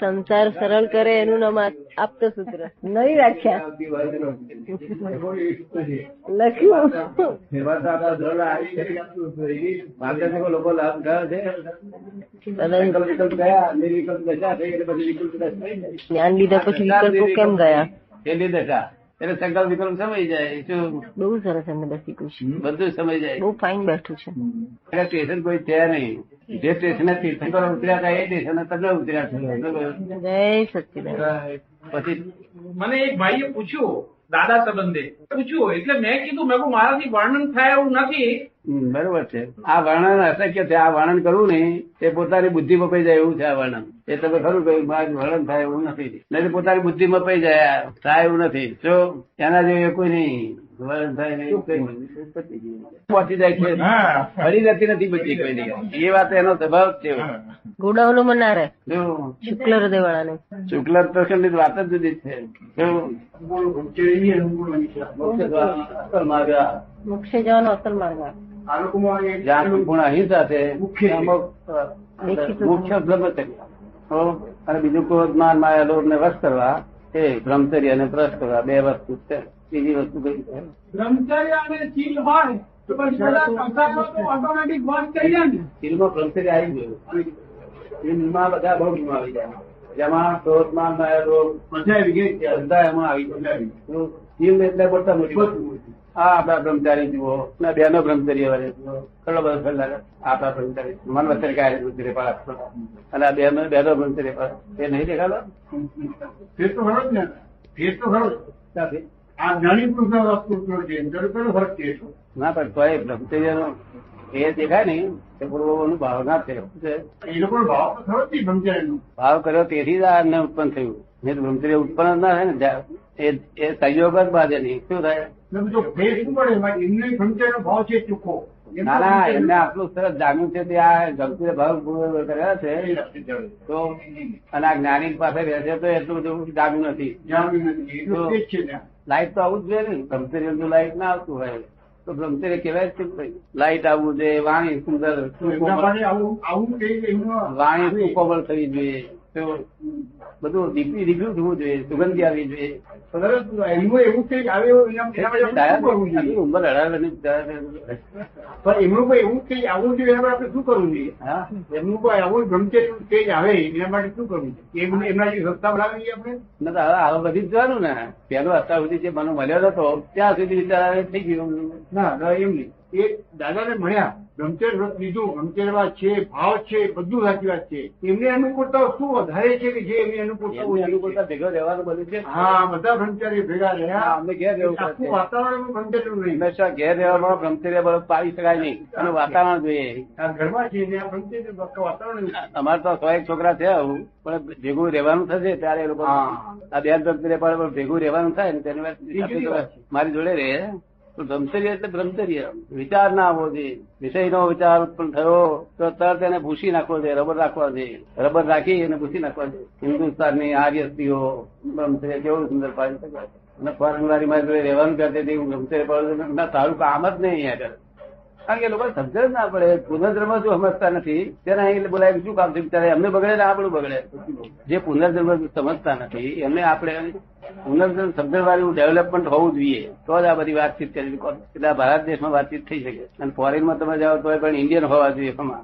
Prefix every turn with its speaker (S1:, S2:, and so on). S1: સંસાર સરળ કરે એનું નામ આ- આપતસૂત્ર
S2: નહીં રાખ્યા
S3: આવતી વાત નથી
S2: લખ્યું
S3: એમાં તો આપણા ધોરણ આવી છે. માર્ગદર્શકો લોકો લાભ થયા છે
S1: કદાચ
S3: સંકલ્પ ગયા, નિર્વિકલ્પ દશા થઈ એટલે પછી વિકલ્પ દશા થઈ જાય.
S1: જ્ઞાન લીધા પછી વિકલ્પો કેમ ગયા
S3: છેલ્લી દશા એટલે સંકલ્પ વિકલ્પ સમય જાય શું
S1: બહુ સરસ એમને બસી પૂછ્યું
S3: બધું સમય જાય
S1: બહુ ફાઇન બેઠું છે
S3: એટલે સ્ટેશન કોઈ છે નહીં જે સ્ટેશન નથી સંકલ્પ ઉતર્યા હતા એ સ્ટેશન તમે ઉતર્યા છો બરોબર?
S1: જય સચિદાન
S3: પછી
S4: મને એક ભાઈએ પૂછ્યું દાદા સંબંધે પૂછ્યું એટલે મેં કીધું મેં કહ્યું, મારાથી વર્ણન થાય એવું નથી
S3: હમ, બરોબર છે આ વર્ણન અશક્ય છે આ વર્ણન કરવું નહીં એ પોતાની બુદ્ધિ મપાઈ જાય એવું છે આ વર્ણન એ તમે ખરું કહ્યું મારું વર્ણન થાય એવું નથી નહીં તો પોતાની બુદ્ધિ મપાઈ જાય થાય એવું નથી જો એના જેવું એ કોઈ નહીં વર્ણન થાય નહીં એવું કંઈ નહીં. પતી ગયું. પહોંચી જાય છે ફરી જતી નથી બુદ્ધિ કોઈ નહીં એ વાત એનો સ્વભાવ જ છે
S1: ગોડાઓલો મનારે
S3: જો
S1: શુક્લ હૃદય વાળાને
S3: શુક્લ પ્રસંગની વાત જ જુદી છે જો
S1: મોક્ષે જવાનો અસલ માર્ગ આ.
S3: જ્યાં સંપૂર્ણ અહિંસા છે
S5: મુખ્ય.
S3: અમુક
S1: દેખી સુખ.
S3: મુખ્ય બ્રહ્મચર્ય હો? અને બીજું ક્રોધ માન માયા લોભ ને વશ કરવા એ બ્રહ્મચર્ય અને પ્રશ કરવા બે વસ્તુ છે બીજી વસ્તુ કઈ છે
S5: બ્રહ્મચર્ય અને ચીલ હોય તો પણ સદા સંસારમાં તો ઓટોમેટિક વોશ થઈ જાય ને
S3: ફિલ્મો બ્રહ્મચર્ય આવી ગયું ફિલ્મમાં બધા બહુ ગુણ આવી જાય જેમાં ક્રોધ માન માયા લોભ બધા એમાં આવી જાય તો જીવ એટલે પડતા મોટી વસ્તુ. આ આપણા બ્રહ્મચારી જુઓ ને બેનો બ્રહ્મચર્ય વાળે જુઓ કેટલો બધો ફેલાર આપણા બ્રહ્મચારી મન વચ્ચે કાય બ્રહ્મચર્ય પાળે અને આ બેનો બેનો બ્રહ્મચર્ય પાળે એ નહીં દેખાડો
S5: ફેર તો ખરો જ ને ફેર તો ખરો જ.
S3: નથી.
S5: આ જ્ઞાની પુરુષનો વસ્તુ ઉપયોગ છે એની અંદર કેટલો ફરક છે એટલો.
S3: ના પણ તોય બ્રહ્મચર્યનો એ દેખાય ને તે પૂર્વનું ભાવના છે શું છે?
S5: એ લોકોનો ભાવ તો ખરો જ નહીં બ્રહ્મચર્યનો
S3: ભાવ કર્યો તેથી જ આ અન્ન ઉત્પન્ન થયું નહીં તો બ્રહ્મચર્ય ઉત્પન્ન જ ના થાય ને જા- એ એ સંયોગ જ બાંધે નહીં શું થાય
S5: એટલે જો ફેર શું પડે એમાં એમને બ્રહ્મચર્યનો ભાવ છે ચૂકો
S3: ના ના એમને આટલું સરસ જાણ્યું છે તે આ ગમતી ભાવ પૂરો કર્યા છે તો અને આ જ્ઞાની પાસે બેસે તો એટલું બધું જાણ્યું નથી
S5: જાણ્યું નથી એટલું તે જ છે ત્યાં
S3: લાઈટ તો આવું જ જોઈએ ને બ્રહ્મચર્ય જો લાઈટ ના આવતું હોય તો બ્રહ્મચર્ય કહેવાય જ કેમ ભાઈ લાઈટ આવવું જોઈએ વાણી સુંદર
S5: એમના માટે આવું આવું કઈ એમનો
S3: વાણી સુકોમળ થવી જોઈએ તો બધું દીકરી દીકરું થવું જોઈએ સુગંધી આવી જોઈએ
S5: સરસ એમનું એવું કઈ આવે એવું એના એના માટે આપણે શું કરવું
S3: આટલી
S5: જોઈએ?
S3: ઉંમર અઢાર વર્ષની
S5: પણ એમનું કોઈ એવું કઈ આવવું જોઈએ એના માટે આપણે શું કરવું જોઈએ
S3: હા
S5: એમનું કોઈ આવું બ્રહ્મચર્ય સ્ટેજ આવે એના માટે શું કરવું છે એમ- એમના જે રસ્તા બનાવી આપણે
S3: ના તો હવે આવા બધી જ જવાનું ને પેલો અત્યાર સુધી જે મને મળ્યો હતો ત્યાં સુધી વિચાર આવે થઈ ગયો
S5: ના ના એમ નહીં એ દાદાને મળ્યા બ્રહ્મચર્ય વ્રત લીધું બ્રહ્મચર્યમાં છે ભાવ છે બધું સાચી વાત છે એમને અનુકૂળતા શું વધારે છે કે જે એમની અનુકૂળતા
S3: એમની
S5: ઓછી
S3: અનુકૂળતા
S5: છે?
S3: ભેગો રહેવાનું બધું છે
S5: હા બધા બ્રહ્મચારી ભેગા
S3: હા,
S5: રહ્યા
S3: અમને ઘેર રહેવું પડશે.
S5: આખું વાતાવરણ એમનું બ્રહ્મચર્યનું નહીં
S3: હંમેશા ઘેર રહેવામાં બ્રહ્મચર્ય બળ પાડી શકાય નહીં અને વાતાવરણ જોઈએ
S5: આ ઘરમાં છે ને આ બ્રહ્મચર્ય વાતાવરણ એવું છે.
S3: અમારે તો સો એક છોકરા છે આવું પણ ભેગું રહેવાનું થશે ત્યારે એ લોકો
S5: હા.
S3: આ બેન બ્રહ્મચર્ય પણ ભેગું રહેવાનું થાય ને તેની વાત
S5: બીજી
S3: આપણી
S5: વાત છે.
S3: મારી જોડે રહે તો બ્રહ્મચર્ય એટલે બ્રહ્મચર્ય વિચાર ના આવવો જોઈએ વિષયનો વિચાર ઉત્પન્ન થયો તો તરત એને ભૂસી નાખવો જોઈએ રબર રાખવા જોઈએ રબર રાખી અને ભૂસી નાખવા જોઈએ હિન્દુસ્તાનની આર્ય સ્ત્રીઓ બ્રહ્મચર્ય કેવું સુંદર પાડી શકાય અને ફોરનવારી મારી જોડે રહેવાનું કરતી હતી હું બ્રહ્મચર્ય પાડું છું. ના તારું કામ જ નહીં અહીંયા આગળ કારણ કે લોકો સમજે જ ના પડે પુનર્જન્મ શું સમજતા નથી તેને અહીં બોલાય શું કામ છે બિચારા એમને બગડે ને આપણું બગડે જે પુનર્જન્મ સમજતા નથી એમને આપણે પુનર્જન્મ સમજણવાળું ડેવલપમેન્ટ હોવું જોઈએ તો જ આ બધી વાતચીત કરી એટલે આ ભારત દેશમાં વાતચીત થઈ શકે અને ફોરેનમાં તમે જાઓ તો પણ ઇન્ડિયન હોવા જોઈએ એમાં